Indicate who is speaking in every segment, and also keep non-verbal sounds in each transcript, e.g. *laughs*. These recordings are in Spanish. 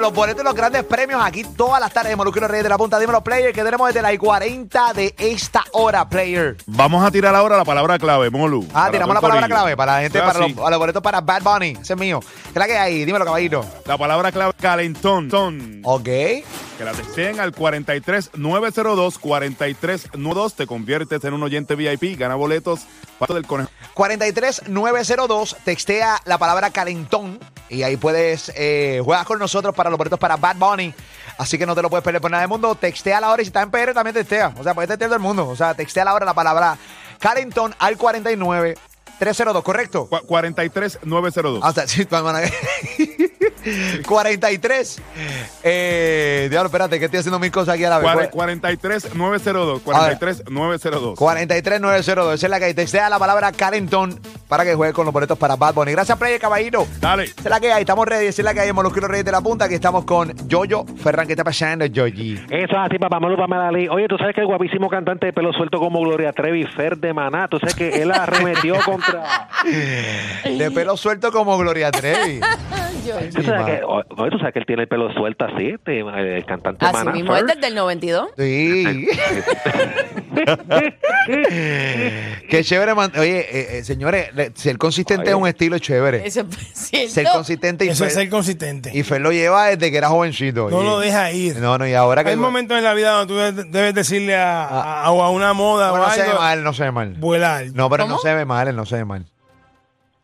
Speaker 1: Los boletos de los grandes premios aquí todas las tardes. Molusquero Reyes de la Punta. Dímelo, player, que tenemos desde las 40 de esta hora, player.
Speaker 2: Vamos a tirar ahora la palabra clave, Molu.
Speaker 1: Ah,
Speaker 2: Para
Speaker 1: tiramos
Speaker 2: todo
Speaker 1: la
Speaker 2: el
Speaker 1: palabra
Speaker 2: corillo.
Speaker 1: clave para la gente,
Speaker 2: Ah,
Speaker 1: para
Speaker 2: sí.
Speaker 1: los, a los boletos para Bad Bunny. Ese es mío. ¿Qué es la que hay? Dímelo, caballito.
Speaker 2: La palabra clave calentón. Ton.
Speaker 1: Ok.
Speaker 2: Que la testeen al 43902-4392. Te conviertes en un oyente VIP. Gana boletos para del conejo.
Speaker 1: 43902, textea la palabra calentón y ahí puedes eh, juegas con nosotros para los boletos para Bad Bunny. Así que no te lo puedes perder por nada del mundo. Textea la hora y si estás en PR también textea. O sea, puedes textear todo el mundo. O sea, textea la hora la palabra calentón al 49302, ¿correcto?
Speaker 2: Cu- 43902.
Speaker 1: Hasta Ah, sí,
Speaker 3: *laughs*
Speaker 1: hermana. 43. Eh, diablo, espérate, que estoy haciendo mil cosas aquí a la vez.
Speaker 2: Cuare- 43902. 43902.
Speaker 1: 43902. Esa es la que hay. textea la palabra calentón para que juegue con los boletos para Bad Bunny. Gracias, Player Caballero.
Speaker 2: Dale.
Speaker 1: Esa es la que hay. Estamos ready. Esa es la que hay. Molusquero Reyes de la Punta. Aquí estamos con Yoyo Ferran. ¿Qué está pasando, Yoyi?
Speaker 4: Eso es así, papá Malupa Madalí. Oye, tú sabes que el guapísimo cantante de pelo suelto como Gloria Trevi, Fer de Maná, tú sabes que él
Speaker 1: *laughs*
Speaker 4: arremetió contra...
Speaker 1: De pelo suelto como Gloria Trevi.
Speaker 4: ¿Tú sabes, que, o- oye, tú sabes que él tiene el pelo suelto así, este, el, cantante
Speaker 5: Así
Speaker 4: Maná.
Speaker 5: mismo, es
Speaker 4: Fer.
Speaker 5: desde el 92.
Speaker 3: *laughs*
Speaker 1: Sí. Qué chévere. man- Oye, eh, eh, señores, le- ser consistente
Speaker 4: Oye.
Speaker 1: es un estilo chévere.
Speaker 5: *laughs* Eso es cierto.
Speaker 1: Ser consistente y
Speaker 3: Eso es
Speaker 1: ser-
Speaker 3: ser consistente.
Speaker 1: Y Fer lo lleva desde que era jovencito.
Speaker 3: no
Speaker 1: Y-
Speaker 3: lo deja ir.
Speaker 1: *laughs* No, no, y ahora que. Ah.
Speaker 3: Hay momentos en la vida donde tú de- debes decirle a, a- o a una moda
Speaker 1: No,
Speaker 3: o
Speaker 1: no se ve
Speaker 3: algo,
Speaker 1: mal, no se ve mal.
Speaker 3: vuelar.
Speaker 1: No, pero él no
Speaker 5: ¿Cómo?
Speaker 1: se ve mal, él no se ve mal.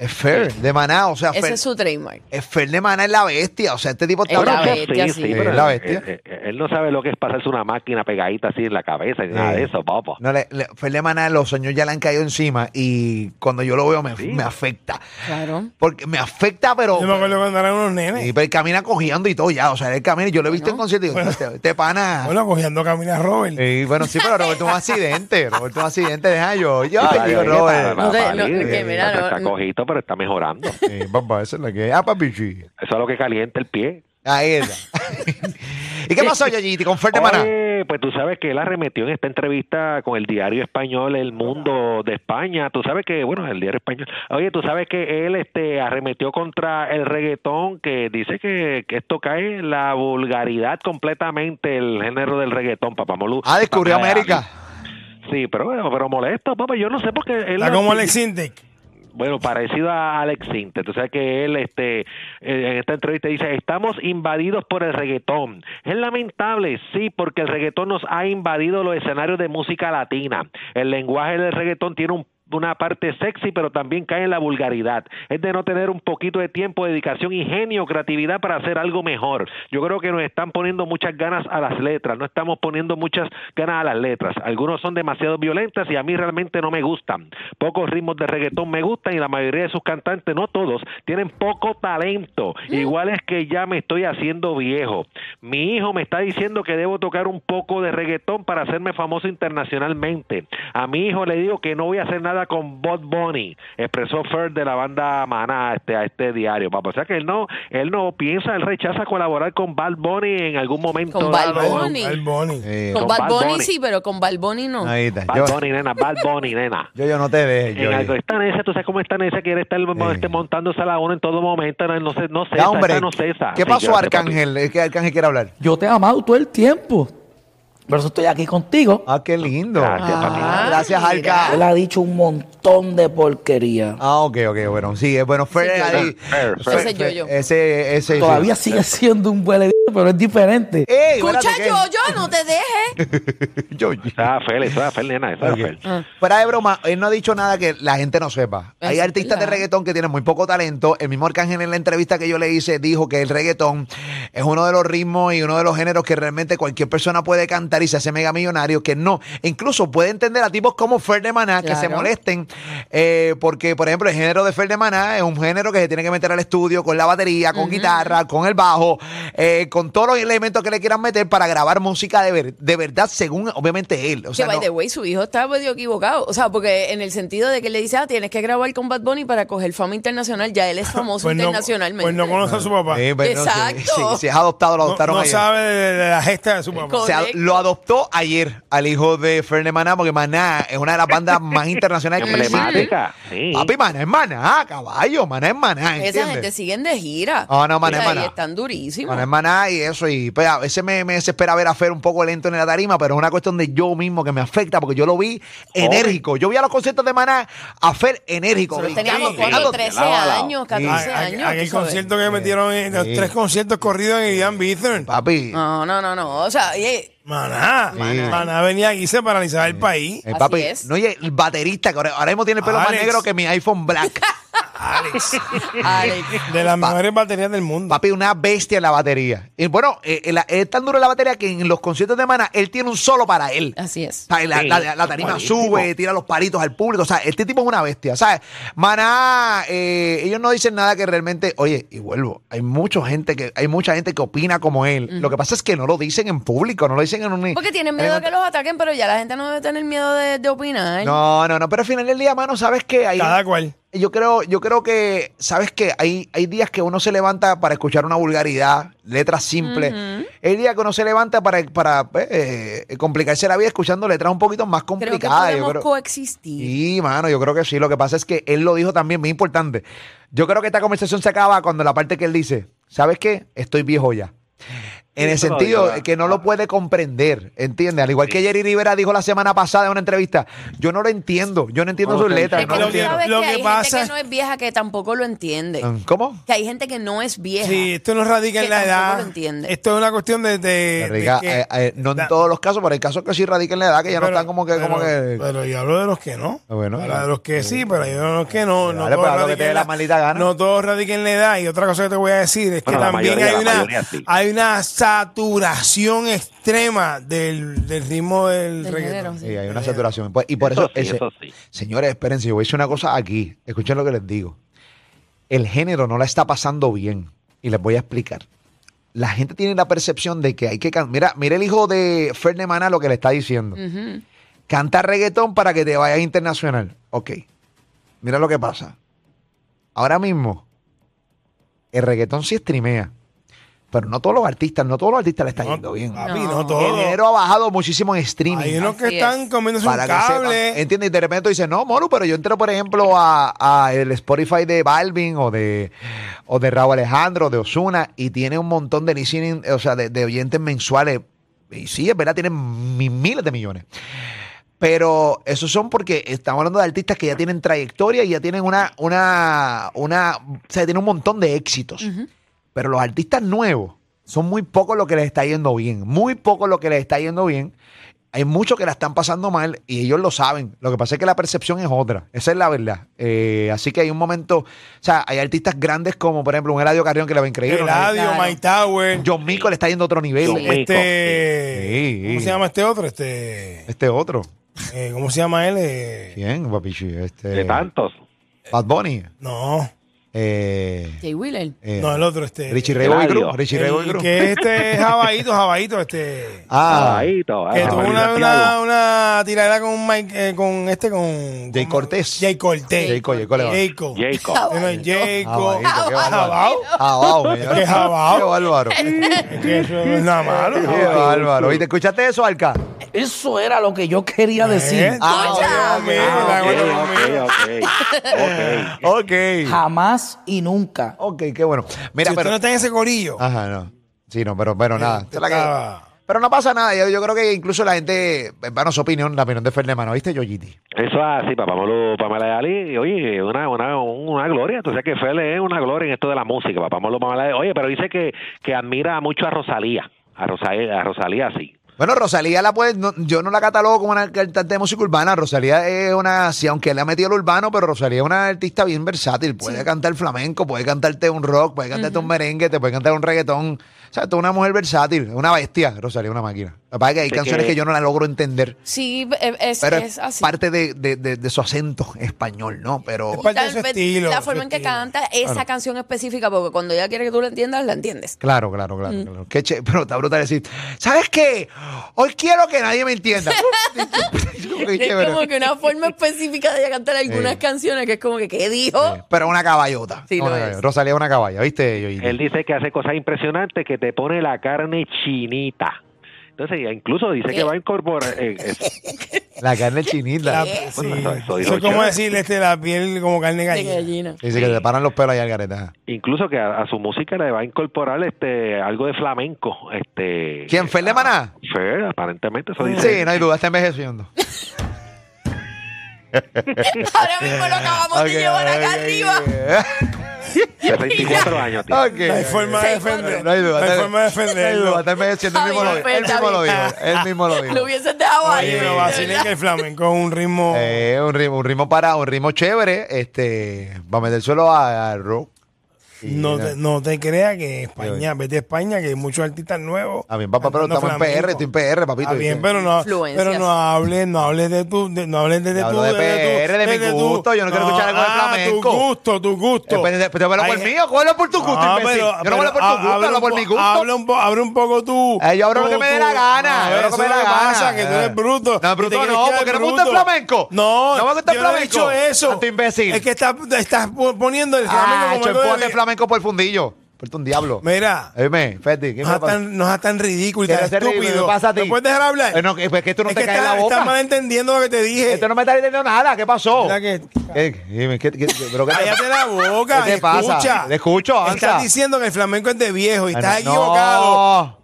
Speaker 1: Es Fer, de Maná, o sea, Fer,
Speaker 5: Ese es su trademark.
Speaker 1: es Fer de Maná es la bestia, o sea, este tipo está
Speaker 5: *laughs* Es la
Speaker 1: loco.
Speaker 4: Bueno,
Speaker 5: bestia,
Speaker 4: sí,
Speaker 5: sí.
Speaker 4: sí,
Speaker 5: Sí,
Speaker 4: pero
Speaker 1: la
Speaker 4: él,
Speaker 1: bestia.
Speaker 4: él- él no sabe lo que es pasarse una máquina pegadita así en la cabeza ni nada
Speaker 1: Sí.
Speaker 4: de eso, papá.
Speaker 1: No, le, le- Fer de Maná, los sueños ya le han caído encima y cuando yo lo veo me, me afecta.
Speaker 5: Claro.
Speaker 1: Porque me afecta, pero.
Speaker 3: Yo me acuerdo cuando eran unos nenes.
Speaker 1: Y pero él camina cojeando y todo ya, o sea, él camina y yo lo he visto en concierto y digo, este, este pana.
Speaker 3: Bueno, cogiendo camina Robert.
Speaker 1: Sí, bueno, sí, pero Roberto es un accidente, Roberto es un accidente, deja yo, yo,
Speaker 4: Tú sabes,
Speaker 1: digo,
Speaker 4: oye,
Speaker 1: Robert.
Speaker 4: papá,
Speaker 5: No te- no,
Speaker 4: Lili,
Speaker 5: que mira, no-
Speaker 4: está cojito, pero está mejorando. Eso
Speaker 2: Eh,
Speaker 1: Sí, papá, eso es lo que es. Ah, papi, sí.
Speaker 4: es lo que calienta el pie.
Speaker 1: Ahí está. ¿Y qué pasó, Yoyiti, con Fer de Maná?
Speaker 4: Oye, pues tú sabes que él arremetió en esta entrevista con el diario español El Mundo de España. Tú sabes que, bueno, el diario español. Oye, tú sabes que él este, arremetió contra el reggaetón, que dice que, que esto cae en la vulgaridad completamente, el género del reggaetón, papá Molu.
Speaker 1: Ah, descubrió
Speaker 4: Papá,
Speaker 1: América.
Speaker 4: Sí, pero, bueno, pero molesto, papá. Yo no sé por qué. él-
Speaker 3: Está como Alex Intec.
Speaker 4: bueno, parecido a Alex Sinter. Tú sabes que él este, eh, en esta entrevista dice, estamos invadidos por el reggaetón. Es lamentable, sí, porque el reggaetón nos ha invadido los escenarios de música latina. El lenguaje del reggaetón tiene un- una parte sexy pero también cae en la vulgaridad es de no tener un poquito de tiempo dedicación ingenio creatividad para hacer algo mejor yo creo que nos están poniendo muchas ganas a las letras no estamos poniendo muchas ganas a las letras algunos son demasiado violentas y a mí realmente no me gustan pocos ritmos de reggaetón me gustan y la mayoría de sus cantantes no todos tienen poco talento
Speaker 5: Mm.
Speaker 4: igual es que ya me estoy haciendo viejo mi hijo me está diciendo que debo tocar un poco de reggaetón para hacerme famoso internacionalmente a mi hijo le digo que no voy a hacer nada con Bob Bunny expresó Fer de la banda Maná este, a este diario papá o sea que él no él no piensa él rechaza colaborar con Bad Bunny en algún momento
Speaker 5: Con Bad
Speaker 4: dado.
Speaker 5: Bunny.
Speaker 3: Al Pues Bunny.
Speaker 1: Eh,
Speaker 5: Con Bad Bunny
Speaker 4: Bunny.
Speaker 5: sí, pero con Bad Bunny no.
Speaker 1: ahí está. Yo,
Speaker 4: Bad Bunny nena Bad Bunny nena
Speaker 1: yo, yo no te dejes,
Speaker 4: en algo.
Speaker 1: yo.
Speaker 4: Esta necia, tú sabes cómo esta necia quiere estar
Speaker 3: Eh.
Speaker 4: este, montándose a la una en todo momento. No, no, se- no cesa,
Speaker 1: Ya, hombre.
Speaker 4: esta no cesa.
Speaker 1: ¿Qué
Speaker 4: Sí,
Speaker 1: pasó,
Speaker 4: gracias, papi.
Speaker 1: Arcángel? Es que Arcángel quiere hablar.
Speaker 6: Yo te he amado todo el tiempo. Por eso estoy aquí contigo.
Speaker 1: Ah, qué lindo.
Speaker 4: Gracias, papi.
Speaker 1: Ah, Gracias, Arca.
Speaker 6: Él ha dicho un montón de porquería.
Speaker 1: Ah, ok, ok, bueno. Sí, es bueno, Fer
Speaker 5: Sí,
Speaker 1: ahí.
Speaker 4: Fer, Fer,
Speaker 1: Fer,
Speaker 5: Ese es Yoyo.
Speaker 1: Ese, ese. sí. Eh.
Speaker 6: Todavía sigue siendo un huele, pero es diferente.
Speaker 1: ¡Ey,
Speaker 5: Escucha,
Speaker 1: espérate,
Speaker 5: yo, yo, no te dejes.
Speaker 1: ¿qué? yo, yo.
Speaker 4: Esa era Fel, esa era Fel, nena, esa era
Speaker 1: Ok.
Speaker 4: Fel.
Speaker 1: *laughs* Fuera de broma, él no ha dicho nada que la gente no sepa.
Speaker 5: Es
Speaker 1: Hay artistas de
Speaker 5: verdad.
Speaker 1: reggaetón que tienen muy poco talento. El mismo Arcángel en la entrevista que yo le hice dijo que el reggaetón es uno de los ritmos y uno de los géneros que realmente cualquier persona puede cantar y se hace mega millonario, que no. Incluso puede entender a tipos como Fer de Maná que se
Speaker 5: Claro.
Speaker 1: molesten eh, porque, por ejemplo, el género de Fer de Maná es un género que se tiene que meter al estudio con la batería, con guitarra, con el bajo, eh, con todos los elementos que le quieran meter para grabar música de, ver- de verdad, según obviamente él. *laughs* O
Speaker 5: que,
Speaker 1: sea,
Speaker 5: by
Speaker 1: no-
Speaker 5: the way, su hijo está medio equivocado. O sea, porque en el sentido de que le dice, ah, tienes que grabar con Bad Bunny para coger fama internacional, ya
Speaker 1: *laughs*
Speaker 5: él es famoso
Speaker 3: Pues no,
Speaker 5: internacionalmente.
Speaker 3: pues no conoce a su papá.
Speaker 1: Eh, pero no sé,
Speaker 5: Exacto.
Speaker 1: Si, si es adoptado, lo
Speaker 3: No,
Speaker 1: adoptaron
Speaker 3: no
Speaker 1: ayer.
Speaker 3: sabe de, de la gesta de su papá.
Speaker 5: Con-
Speaker 1: O sea,
Speaker 5: Correcto.
Speaker 1: lo adoptó ayer al hijo de Fernández Maná, porque Maná es una de las bandas *laughs* más internacionales que existe.
Speaker 4: Emblemática. Sí.
Speaker 1: Papi, Maná es Maná, caballo, Maná es Maná,
Speaker 5: Esa
Speaker 1: ¿entiendes?
Speaker 5: gente siguen de gira.
Speaker 1: Ah, no, maná,
Speaker 5: O sea, y
Speaker 1: maná.
Speaker 5: están durísimos.
Speaker 1: Maná es Maná y eso, y pues, a veces me, me desespera ver a Fer un poco lento en la tarima, pero es una cuestión de yo mismo que me afecta, porque yo lo vi enérgico. Yo vi a los conciertos de Maná a Fer enérgico.
Speaker 5: Nosotros
Speaker 1: brincando,
Speaker 5: teníamos
Speaker 1: brincando.
Speaker 5: cuatro, 13 años, 14
Speaker 3: Ah, ah,
Speaker 5: años.
Speaker 3: aquel
Speaker 5: tú sabes.
Speaker 3: concierto que metieron, en, los
Speaker 1: Eh, Sí. Eh,
Speaker 3: tres conciertos corridos en Ian Bithorn.
Speaker 1: Papi,
Speaker 5: No, no, no, no. O sea, oye,
Speaker 1: *laughs*
Speaker 3: Maná. Maná venía aquí y se paralizaba el país.
Speaker 1: eh,
Speaker 5: Así
Speaker 1: papi,
Speaker 5: es.
Speaker 1: no, oye, el baterista, que ahora, ahora mismo tiene el pelo más
Speaker 3: Alex.
Speaker 1: negro que mi iPhone Black.
Speaker 3: Alex.
Speaker 5: Alex,
Speaker 3: De las mejores baterías del mundo.
Speaker 1: Papi, una bestia en la batería. Y bueno, eh, eh, la- es tan duro la batería que en los conciertos de Mana, él tiene un solo para él.
Speaker 5: así es.
Speaker 1: O sea, La,
Speaker 4: Sí,
Speaker 1: la- la tarima
Speaker 4: buenísimo.
Speaker 1: sube, tira los palitos al público. O sea, este tipo es una bestia. ¿Sabes? Maná, eh, ellos no dicen nada que realmente. Oye, y vuelvo. Hay mucha gente que, hay mucha gente que opina como él. Lo que pasa es que no lo dicen en público, no lo dicen en un.
Speaker 5: Porque tienen
Speaker 1: en
Speaker 5: miedo
Speaker 1: un-
Speaker 5: de que los ataquen, pero ya la gente no debe tener miedo de, de opinar.
Speaker 1: No, no, no. Pero al final del día, mano, ¿sabes qué? Ahí,
Speaker 3: Cada cual.
Speaker 1: Yo creo, yo creo que, ¿sabes qué? Hay, hay días que uno se levanta para escuchar una vulgaridad, letras simples. Hay días que uno se levanta para, para eh, eh, complicarse la vida escuchando letras un poquito más
Speaker 5: Creo que
Speaker 1: complicadas. yo
Speaker 5: podemos
Speaker 1: creo-
Speaker 5: coexistir.
Speaker 1: Sí, mano, yo creo que sí. Lo que pasa es que él lo dijo también, muy importante. Yo creo que esta conversación se acaba cuando la parte que él dice, ¿sabes qué? Estoy viejo ya. En el
Speaker 4: Sí, eso lo
Speaker 1: sentido
Speaker 4: dijo,
Speaker 1: de que no lo puede comprender, ¿entiendes? Al igual que Jerry Rivera dijo la semana pasada en una entrevista, yo no lo entiendo, yo no entiendo
Speaker 4: No
Speaker 1: sus
Speaker 4: lo
Speaker 1: letras.
Speaker 5: Es
Speaker 1: no
Speaker 5: que
Speaker 1: lo
Speaker 5: tú
Speaker 1: entiendo.
Speaker 5: sabes
Speaker 3: Lo
Speaker 5: que
Speaker 3: que
Speaker 5: hay
Speaker 3: pasa
Speaker 5: gente
Speaker 3: es-
Speaker 5: que no es vieja que tampoco lo entiende.
Speaker 1: ¿Cómo?
Speaker 5: Que hay gente que no es vieja.
Speaker 3: Sí, esto no radica en
Speaker 5: que
Speaker 3: la
Speaker 5: tampoco
Speaker 3: edad.
Speaker 5: lo entiende.
Speaker 3: Esto es una cuestión de. de- de
Speaker 1: Radica-
Speaker 3: que-
Speaker 1: eh, eh, no en
Speaker 3: da-
Speaker 1: todos los casos, pero hay casos que sí radican la edad, que ya no
Speaker 3: pero-
Speaker 1: están como que... como
Speaker 3: pero-
Speaker 1: que
Speaker 3: Pero yo hablo de los que no.
Speaker 1: Ah, bueno.
Speaker 3: Habla de los que sí, pero yo de los que no. no
Speaker 1: Dale,
Speaker 3: todos
Speaker 1: pues, haz lo que
Speaker 3: radica
Speaker 1: te dé
Speaker 3: en
Speaker 1: la maldita gana.
Speaker 3: No todos radican en la edad. Y otra cosa que te voy a decir es que
Speaker 4: Bueno, la
Speaker 3: también
Speaker 4: mayoría,
Speaker 3: hay,
Speaker 4: la
Speaker 3: una,
Speaker 4: mayoría sí.
Speaker 3: hay una saturación extrema del, del ritmo del,
Speaker 5: Del
Speaker 3: reggaetón.
Speaker 5: género, sí.
Speaker 1: Sí, hay una saturación. Pues, y por eso,
Speaker 4: Eh, Eso sí,
Speaker 1: ese-
Speaker 4: eso sí.
Speaker 1: señores, espérense, yo voy a decir una cosa aquí. Escuchen lo que les digo. El género no la está pasando bien. Y les voy a explicar. La gente tiene la percepción de que hay que cantar. Mira, mira el hijo de Ferne Maná lo que le está diciendo. Canta reggaetón para que te vayas internacional. Ok. Mira lo que pasa. Ahora mismo, el reggaetón sí streamea. Pero no todos los artistas, no todos los artistas le está
Speaker 3: No, Ah,
Speaker 1: yendo bien.
Speaker 3: Papi,
Speaker 5: No.
Speaker 3: no,
Speaker 1: El
Speaker 3: todos.
Speaker 1: género ha bajado muchísimo en streaming
Speaker 3: Hay unos que
Speaker 5: Así
Speaker 3: están
Speaker 5: es.
Speaker 3: comiéndose un
Speaker 1: para que
Speaker 3: cable.
Speaker 1: sepan. Entiende, y de repente dice, no, Molu, pero yo entro, por ejemplo, a, a el Spotify de Balvin o de, o de Raúl Alejandro, o de Osuna, y tiene un montón de listening, o sea, de, de oyentes mensuales. Y sí, es verdad, tienen mi- miles de millones. Pero esos son porque estamos hablando de artistas que ya tienen trayectoria y ya tienen una, una, una, o sea, tienen un montón de éxitos. Pero los artistas nuevos son muy pocos los que les está yendo bien. Muy pocos los que les está yendo bien. Hay muchos que la están pasando mal y ellos lo saben. Lo que pasa es que la percepción es otra. Esa es la verdad. Eh, así que hay un momento. O sea, hay artistas grandes como, por ejemplo, un Eladio Carrión que le va increíble.
Speaker 3: Eladio,
Speaker 5: Claro.
Speaker 3: My Tower.
Speaker 1: John Mico le está yendo a otro nivel.
Speaker 4: John Mico.
Speaker 3: Este.
Speaker 1: Sí.
Speaker 3: ¿Cómo se llama este otro? Este.
Speaker 1: Este otro.
Speaker 3: eh, ¿Cómo se llama él? Eh,
Speaker 1: ¿Quién, papichi? Este,
Speaker 4: De tantos.
Speaker 1: Bad Bunny.
Speaker 3: No,
Speaker 1: Eh,
Speaker 5: Jay Wheeler.
Speaker 1: eh,
Speaker 3: no, el otro, este.
Speaker 1: Richie Ray Boy
Speaker 4: Eladio.
Speaker 1: Group. Richie Ray Boy
Speaker 3: el,
Speaker 1: Group.
Speaker 3: que es *laughs* este Jabaito, Jabaito, este.
Speaker 1: Ah,
Speaker 4: Ahí, todo.
Speaker 3: que
Speaker 4: Ah,
Speaker 3: tuvo
Speaker 4: Manuel
Speaker 3: una, una,
Speaker 4: Santiago.
Speaker 3: una tiradera con Mike, eh, con este, con.
Speaker 1: Jay
Speaker 3: con-
Speaker 1: Cortés.
Speaker 3: Jay Cortés.
Speaker 1: Jayco, Jayco le va.
Speaker 3: Jayco.
Speaker 4: Jacob.
Speaker 3: Bueno, Jayco.
Speaker 1: Jabaito, Ah, qué bárbaro.
Speaker 3: Jabao.
Speaker 1: Jabao, me
Speaker 3: Qué jabao.
Speaker 1: Qué bárbaro.
Speaker 3: Es que eso no es
Speaker 1: *laughs*
Speaker 3: nada malo.
Speaker 1: Qué bárbaro. ¿Y te escuchaste eso, Alca?
Speaker 6: Eso era lo que yo quería decir.
Speaker 1: Ah,
Speaker 3: Dios mío,
Speaker 4: Ah,
Speaker 3: la
Speaker 4: ok,
Speaker 3: acuerdo conmigo.
Speaker 4: ok, ok. Ok.
Speaker 1: Ok.
Speaker 6: Jamás y nunca.
Speaker 1: Ok, qué bueno. Mira,
Speaker 3: si usted
Speaker 1: pero. Ah,
Speaker 3: no está en ese corillo.
Speaker 1: Ajá, no. Sí, no, pero, pero nada.
Speaker 3: usted
Speaker 1: Se la quedó.
Speaker 3: estaba-
Speaker 1: Pero no pasa nada. Yo, yo creo que incluso la gente, bueno, su opinión, la opinión de Fernández, ¿no? ¿Viste, Yoyiti?
Speaker 4: Eso así, papá Molo, Pamela Yali, y oye, una, una, una gloria, tú sabes que Fele es una gloria en esto de la música, papá Molo, Pamela Yali. Oye, pero dice que, que admira mucho a Rosalía, a Rosalía, a Rosalía sí.
Speaker 1: Bueno, Rosalía la puede, no- yo no la catalogo como una cantante de música urbana. Rosalía es una, sí, aunque le ha metido el urbano, pero Rosalía es una artista bien versátil. Puede cantar flamenco, puede cantarte un rock, puede cantarte un merengue, te puede cantar un reggaetón. O sea, tú una mujer versátil, una bestia. Rosalía, una máquina. Lo que pasa es que hay
Speaker 4: De
Speaker 1: canciones que...
Speaker 4: que-
Speaker 1: yo no las logro entender.
Speaker 5: Sí, eh, es,
Speaker 1: Pero
Speaker 5: es
Speaker 1: es
Speaker 5: así.
Speaker 1: parte de, de- de- de su acento español, ¿no? Pero
Speaker 3: Es parte- de su
Speaker 5: vez
Speaker 3: estilo,
Speaker 5: la
Speaker 3: su
Speaker 5: forma en que
Speaker 3: estilo.
Speaker 5: canta esa
Speaker 3: Claro.
Speaker 5: canción específica, porque cuando ella quiere que tú la entiendas, la entiendes.
Speaker 1: Claro, claro, claro.
Speaker 5: Mm.
Speaker 1: claro. Qué che- pero está brutal decir, ¿sabes qué? Hoy quiero que nadie me
Speaker 5: *laughs*
Speaker 1: entienda. *laughs* Qué
Speaker 5: Es
Speaker 1: chévere.
Speaker 5: como que una forma específica de ella cantar algunas
Speaker 1: Sí.
Speaker 5: canciones que es como que, ¿qué dijo?
Speaker 1: Eh, Pero una caballota.
Speaker 5: Sí,
Speaker 1: Una
Speaker 5: lo
Speaker 1: caballota.
Speaker 5: es.
Speaker 1: Rosalía es una caballa, ¿viste? Yoyito?
Speaker 4: Él dice que hace cosas impresionantes que te pone la carne chinita. Entonces, ya incluso dice que va a incorporar. eh,
Speaker 1: *laughs*
Speaker 4: es-
Speaker 1: La carne chinita.
Speaker 3: La- sí.
Speaker 4: Bueno, eso- eso
Speaker 3: Eso es
Speaker 4: dijo
Speaker 3: como
Speaker 4: yo.
Speaker 3: decirle este, la piel como carne
Speaker 5: De
Speaker 3: gallina.
Speaker 5: gallina.
Speaker 1: Dice que te paran los pelos allá al gareta.
Speaker 4: incluso que a, a su música le va a incorporar este algo de flamenco. Este,
Speaker 1: ¿Quién, Fer de
Speaker 4: ah,
Speaker 1: Maná?
Speaker 4: Fer, aparentemente, eso dice.
Speaker 1: Sí, no hay duda, está envejeciendo.
Speaker 5: Ahora mismo lo acabamos
Speaker 1: Ok,
Speaker 5: de llevar acá
Speaker 1: ok,
Speaker 5: arriba.
Speaker 1: ok.
Speaker 4: 64 años, tío.
Speaker 1: *laughs* Ok,
Speaker 3: No hay
Speaker 1: ok.
Speaker 3: forma de
Speaker 5: Sí, cuatro.
Speaker 3: defender.
Speaker 1: No hay duda.
Speaker 3: No hay
Speaker 1: está- No
Speaker 3: forma de
Speaker 1: hay duda,
Speaker 3: defenderlo.
Speaker 1: está envejeciendo. Él mismo lo
Speaker 5: Está
Speaker 1: dijo. Él
Speaker 5: bien,
Speaker 1: mismo lo
Speaker 5: Fer,
Speaker 1: dijo.
Speaker 5: está
Speaker 1: Él mismo lo
Speaker 5: Lo
Speaker 1: dijo.
Speaker 5: hubieses dejado ahí.
Speaker 3: Oye,
Speaker 5: de
Speaker 3: pero vacilen
Speaker 5: verdad.
Speaker 3: Eh, que el flamenco es un ritmo.
Speaker 1: Eh, un ritmo, un ritmo parado, un ritmo chévere. Este, va a meter suelo a, a rock. Y
Speaker 3: No
Speaker 1: nada.
Speaker 3: te, no te creas que España, vete a España, que hay muchos artistas nuevos.
Speaker 1: Está Ah, bien, papá, pero
Speaker 3: cantando
Speaker 1: estamos en PR,
Speaker 3: flamenco.
Speaker 1: estoy en PR, papito.
Speaker 3: Está bien, pero no,
Speaker 5: Influencias.
Speaker 3: pero no hables, no hables de tu, de- no hables de, de
Speaker 1: Hablo
Speaker 3: tu,
Speaker 1: de
Speaker 3: tu-
Speaker 1: PR, de mi
Speaker 3: tu-
Speaker 1: gusto, yo no quiero escuchar algo de
Speaker 3: ah,
Speaker 1: flamenco.
Speaker 3: Tu gusto, tu gusto.
Speaker 1: Eh, pero- pero habla por el
Speaker 3: Hay-
Speaker 1: mío, ¿cuál por tu gusto,
Speaker 3: Ah,
Speaker 1: imbécil?
Speaker 3: pero-
Speaker 1: Yo no hablo
Speaker 3: pero
Speaker 1: por tu gusto,
Speaker 3: habla
Speaker 1: hablo
Speaker 3: un
Speaker 1: por
Speaker 3: po-
Speaker 1: mi gusto.
Speaker 3: Habla un, po- abre un poco tú.
Speaker 1: Eh, yo hablo lo que me dé la gana, yo hablo lo que
Speaker 3: eso
Speaker 1: me dé
Speaker 3: es
Speaker 1: la gana.
Speaker 3: pasa, que tú eres bruto.
Speaker 1: No,
Speaker 3: y te
Speaker 1: bruto
Speaker 3: quieres
Speaker 1: no,
Speaker 3: quedar
Speaker 1: porque no me gusta el
Speaker 3: bruto.
Speaker 1: flamenco.
Speaker 3: No,
Speaker 1: No me gusta el
Speaker 3: yo no he
Speaker 1: flamenco.
Speaker 3: dicho eso.
Speaker 1: Tanto imbécil.
Speaker 3: Es que estás estás poniendo el flamenco
Speaker 1: Ah,
Speaker 3: como
Speaker 1: hecho,
Speaker 3: algo de-
Speaker 1: ponte flamenco por el fundillo. Por un diablo.
Speaker 3: Mira.
Speaker 1: Dime, Feti, ¿qué
Speaker 3: No es Ah, tan, no seas tan ridículo y tan
Speaker 1: Quieres ser
Speaker 3: estúpido.
Speaker 1: ridículo, ¿qué pasa a ti?
Speaker 3: ¿Me puedes dejar hablar?
Speaker 1: Eh, no, que- pues que esto no te
Speaker 3: que
Speaker 1: cae en
Speaker 3: estás-
Speaker 1: la boca.
Speaker 3: Estás malentendiendo lo que te dije.
Speaker 1: Esto no me está diciendo nada, ¿qué pasó?
Speaker 3: Mira que-
Speaker 1: Eh, dime, ¿qué, qué- qué- pero qué te-
Speaker 3: Cállate la boca.
Speaker 1: ¿Qué te pasa?
Speaker 3: Escucha.
Speaker 1: Te escucho, Anza.
Speaker 3: Estás diciendo que el flamenco es de viejo y
Speaker 1: Ah,
Speaker 3: estás
Speaker 1: no.
Speaker 3: equivocado.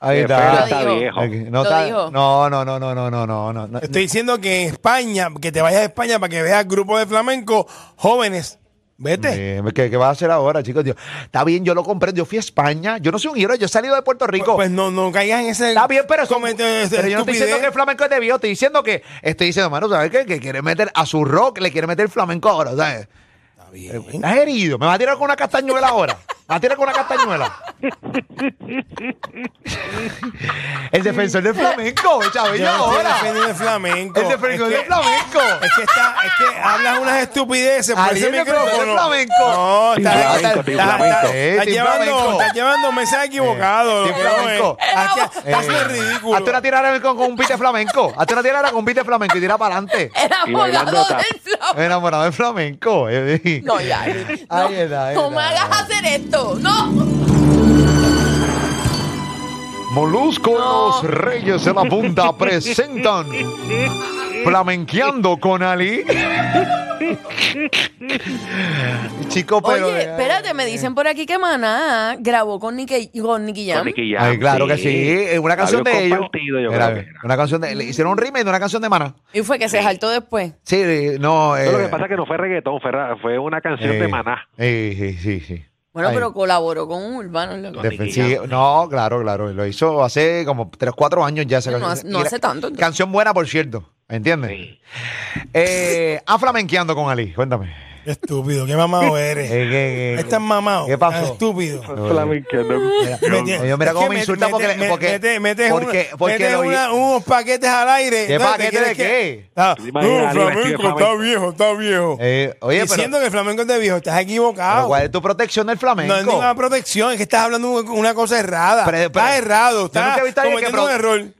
Speaker 1: Ahí
Speaker 4: Que Fer
Speaker 1: está.
Speaker 5: Lo
Speaker 4: está
Speaker 5: digo.
Speaker 4: viejo.
Speaker 1: Ok, No,
Speaker 5: Lo
Speaker 1: está-
Speaker 5: dijo.
Speaker 1: no, no, no, no, no, no, no, no, no.
Speaker 3: Estoy diciendo que en España, que te vayas a España para que veas grupos de flamenco jóvenes. Vete.
Speaker 1: Eh, ¿Qué, qué vas a hacer ahora, chicos? Dios, Está bien, yo lo compré. Yo fui a España. Yo no soy un héroe. Yo he salido de Puerto Rico.
Speaker 3: Pues, pues no, no caigas en ese.
Speaker 1: Está bien, pero, son-
Speaker 3: comete-
Speaker 1: pero yo no estoy
Speaker 3: estupidez.
Speaker 1: diciendo que el flamenco es de viejo, estoy diciendo que estoy diciendo, mano, ¿sabes qué? Que quiere meter a su rock, le quiere meter flamenco ahora, ¿sabes? Eh,
Speaker 3: Está bien.
Speaker 1: Estás herido, me vas a tirar con una castañuela ahora. Me vas a tirar con una
Speaker 3: *laughs*
Speaker 1: castañuela. el defensor del flamenco,
Speaker 3: Yo
Speaker 1: chavillo,
Speaker 3: no estoy
Speaker 1: ahora.
Speaker 3: defendiendo el flamenco.
Speaker 1: El defensor
Speaker 3: Es
Speaker 1: del
Speaker 3: que-
Speaker 1: flamenco.
Speaker 3: Es que, está, es que hablas unas estupideces por
Speaker 1: Ariel
Speaker 3: ese
Speaker 1: de Flamenco,
Speaker 3: micrófono.
Speaker 1: Flamenco.
Speaker 3: No,
Speaker 4: Team
Speaker 3: estás,
Speaker 4: Flamenco,
Speaker 3: estás-
Speaker 4: Team
Speaker 3: estás-
Speaker 4: Flamenco.
Speaker 3: estás
Speaker 1: Sí, Team
Speaker 3: llevando,
Speaker 1: Flamenco.
Speaker 3: estás llevando mensajes equivocados.
Speaker 1: Team
Speaker 3: lo que no es.
Speaker 1: Flamenco.
Speaker 3: Hazte-
Speaker 1: Eh,
Speaker 3: Hazte ridículo.
Speaker 1: Hazte una tirada con, con un beat de flamenco. Hazte una tirada con un beat de flamenco y tira para adelante.
Speaker 5: Era
Speaker 4: Y bailando
Speaker 5: volado
Speaker 4: tap.
Speaker 5: del flow.
Speaker 1: Enamorado del flamenco. eh.
Speaker 5: No, ya. No,
Speaker 1: *laughs* Ahí está, ahí
Speaker 5: no me
Speaker 1: está.
Speaker 5: hagas hacer esto. No.
Speaker 1: Molusco y los Reyes de la
Speaker 5: *laughs*
Speaker 1: Punta presentan Flamenqueando con Ali. *laughs* Chico, pero. eh,
Speaker 5: Oye, espérate, me dicen por aquí que Maná grabó con Nicky, con Nicky Jam.
Speaker 4: Con Nicky Jam,
Speaker 1: Ay, claro que sí. eh, Una canción
Speaker 4: Labios
Speaker 1: de ellos.
Speaker 4: compartidos, yo
Speaker 1: Era,
Speaker 4: creo que era.
Speaker 1: una canción de, le hicieron un remake de una canción de Maná.
Speaker 5: Y fue que se saltó después.
Speaker 1: Sí, eh, no. eh,
Speaker 4: Pero lo que pasa es que no fue reggaetón, fue, ra- fue una canción
Speaker 1: eh,
Speaker 4: de Maná.
Speaker 1: eh, sí, sí, sí.
Speaker 5: Bueno,
Speaker 1: Ay,
Speaker 5: pero colaboró con un urbano. loco.
Speaker 4: Con Nicky
Speaker 1: defensivo. No, claro, claro. Lo hizo hace como 3, 4 años ya. esa
Speaker 5: No
Speaker 1: canción.
Speaker 5: hace- no
Speaker 1: Y la-
Speaker 5: hace tanto, entonces.
Speaker 1: Canción buena, por cierto. ¿Entiendes?
Speaker 4: Sí.
Speaker 1: Eh, a flamenqueando con Ali. Cuéntame.
Speaker 3: Estúpido, qué mamado eres.
Speaker 1: Eh, eh, eh.
Speaker 3: Estás mamado.
Speaker 1: ¿Qué pasó?
Speaker 3: tan Estúpido.
Speaker 1: Mira,
Speaker 3: Mete-
Speaker 1: yo mira
Speaker 3: es
Speaker 1: cómo
Speaker 3: que
Speaker 1: me
Speaker 3: mete-
Speaker 1: insulta porque,
Speaker 3: mete-
Speaker 1: le- porque,
Speaker 3: mete- metes un-
Speaker 1: porque, porque
Speaker 3: metes
Speaker 1: lo-
Speaker 3: una- unos paquetes al aire.
Speaker 1: ¿Qué
Speaker 3: Entonces,
Speaker 1: paquete
Speaker 3: ¿te quieres
Speaker 1: de
Speaker 3: que-
Speaker 1: qué?
Speaker 3: Ah,
Speaker 4: ¿Te
Speaker 3: No,
Speaker 4: imaginas, Lili, vestido de
Speaker 3: flamenco está
Speaker 4: flamenco?
Speaker 3: viejo, está viejo.
Speaker 1: Eh, oye, pero,
Speaker 3: Diciendo que el flamenco es de viejo, estás
Speaker 1: pero
Speaker 3: equivocado.
Speaker 1: ¿cuál es tu protección del flamenco?
Speaker 3: No es ninguna protección, es que estás hablando un- una cosa errada.
Speaker 1: Pero- pero-
Speaker 3: estás errado,
Speaker 1: yo
Speaker 3: estás
Speaker 1: nunca he visto a alguien que
Speaker 3: cometiendo un
Speaker 1: pro-
Speaker 3: error.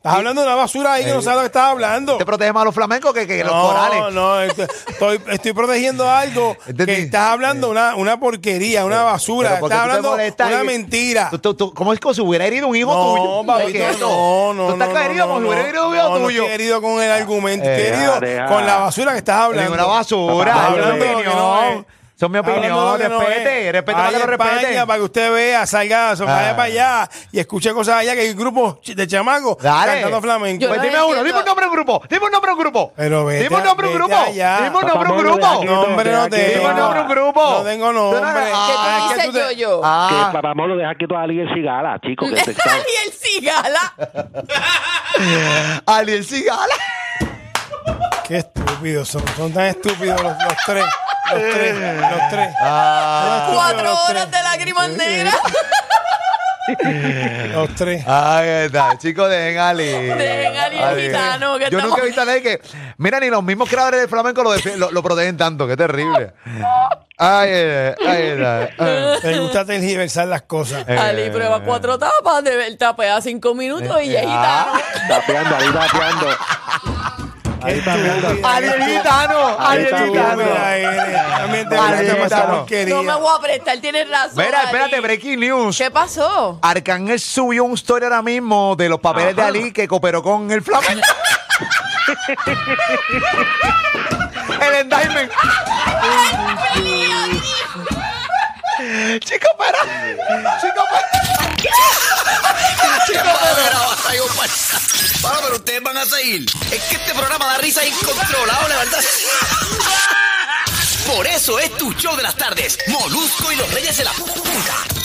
Speaker 3: Estás hablando de una basura ahí que no sabes lo que estás hablando.
Speaker 1: ¿Te protege más los flamencos que, que los
Speaker 3: No,
Speaker 1: corales?
Speaker 3: no, este- estoy, estoy protegiendo algo
Speaker 1: Entendí.
Speaker 3: que estás hablando una, una porquería, una basura,
Speaker 1: eh. Pero porque
Speaker 3: estás
Speaker 1: tú te
Speaker 3: hablando
Speaker 1: molestas
Speaker 3: una
Speaker 1: y-
Speaker 3: mentira.
Speaker 1: Tú- tú- tú- ¿Cómo es como si hubiera herido un hijo tuyo?
Speaker 3: No, papito,
Speaker 1: ¿Qué es esto?
Speaker 3: no, no,
Speaker 1: Tú estás
Speaker 3: no, no,
Speaker 1: herido
Speaker 3: no,
Speaker 1: como si hubiera
Speaker 3: no,
Speaker 1: herido un hijo
Speaker 3: no, no
Speaker 1: tuyo.
Speaker 3: estoy herido con el argumento,
Speaker 1: Eh,
Speaker 3: estoy herido
Speaker 4: deja.
Speaker 3: con la basura que estás hablando.
Speaker 1: Ninguna basura.
Speaker 4: Papá,
Speaker 1: es mi
Speaker 4: hablando de
Speaker 3: lo que
Speaker 1: opinión.
Speaker 3: no es.
Speaker 1: Son mi opinión.
Speaker 3: eh. Hablando de lo que no
Speaker 1: respete,
Speaker 3: es.
Speaker 1: respete para
Speaker 3: Vaya
Speaker 1: que lo respete.
Speaker 3: España, para que usted vea, salga, so- vaya
Speaker 1: Ah.
Speaker 3: para allá y escuche cosas allá que hay grupos ch- de chamacos
Speaker 1: Dale.
Speaker 3: cantando flamenco.
Speaker 5: Yo
Speaker 1: Pues
Speaker 5: no
Speaker 1: dime uno,
Speaker 5: entiendo.
Speaker 1: dime un nombre de un grupo, dime un nombre de un grupo.
Speaker 3: Pero vete
Speaker 1: dime un
Speaker 3: a-
Speaker 1: nombre de un
Speaker 3: vete
Speaker 1: grupo,
Speaker 3: allá.
Speaker 1: dime un
Speaker 4: Papá,
Speaker 1: nombre de un
Speaker 4: no,
Speaker 1: grupo.
Speaker 4: deja aquí,
Speaker 3: Nombre no
Speaker 4: deja aquí.
Speaker 3: tengo.
Speaker 1: Dime un nombre de un grupo.
Speaker 3: No tengo nombre.
Speaker 1: Ah,
Speaker 5: ¿Qué
Speaker 3: es
Speaker 5: tú
Speaker 3: que
Speaker 5: dices,
Speaker 3: tú te-
Speaker 5: yo-yo? *laughs*
Speaker 1: Ah,
Speaker 4: Que Papá Molo deja aquí toda alguien cigala,
Speaker 1: *laughs*
Speaker 4: chicos. Que te está...
Speaker 5: y el cigala.
Speaker 1: Ariel Cigala.
Speaker 3: Qué estúpidos son. Son tan estúpidos los, los tres. Los tres. Los tres.
Speaker 1: Ah,
Speaker 3: Son estúpidos
Speaker 5: Cuatro
Speaker 3: los
Speaker 5: horas
Speaker 1: *laughs*
Speaker 5: de
Speaker 3: tres.
Speaker 5: lágrimas negras.
Speaker 3: Los tres.
Speaker 1: Ahí está, chicos, dejen a Ali. Dejen
Speaker 5: a Ali, el gitano, que
Speaker 1: Yo nunca
Speaker 5: estamos-
Speaker 1: he visto a nadie que. Mira, ni los mismos creadores del flamenco lo, defi- lo, lo protegen tanto, qué terrible. Ahí está, ahí está.
Speaker 5: *laughs*
Speaker 1: Ah.
Speaker 3: Me gusta tergiversar las cosas.
Speaker 5: Ali prueba cuatro tapas, de ver tapea cinco minutos y
Speaker 1: Eh,
Speaker 5: ya es gitano.
Speaker 1: ah,
Speaker 4: Tapeando, ahí tapeando.
Speaker 3: Qué estúpida.
Speaker 1: Ali el gitano, Ali el
Speaker 4: está,
Speaker 1: gitano.
Speaker 3: Estúpida eres. También te
Speaker 1: Ali,
Speaker 3: gusta
Speaker 1: gitano.
Speaker 3: pasar
Speaker 5: No me
Speaker 3: porquería.
Speaker 5: voy a prestar, tienes razón.
Speaker 1: Mira,
Speaker 5: Ali.
Speaker 1: espérate, breaking news.
Speaker 5: ¿Qué pasó?
Speaker 1: Arcángel subió un story ahora mismo de los papeles de Ali que cooperó con el flamenco. *laughs* el endaimen. Chico, pero. Chico, pero.
Speaker 7: Bueno, pero ustedes van a seguir. Es que este programa da risa incontrolable, ¿verdad? Por eso es tu show de las tardes. Molusco y los Reyes de la Punta.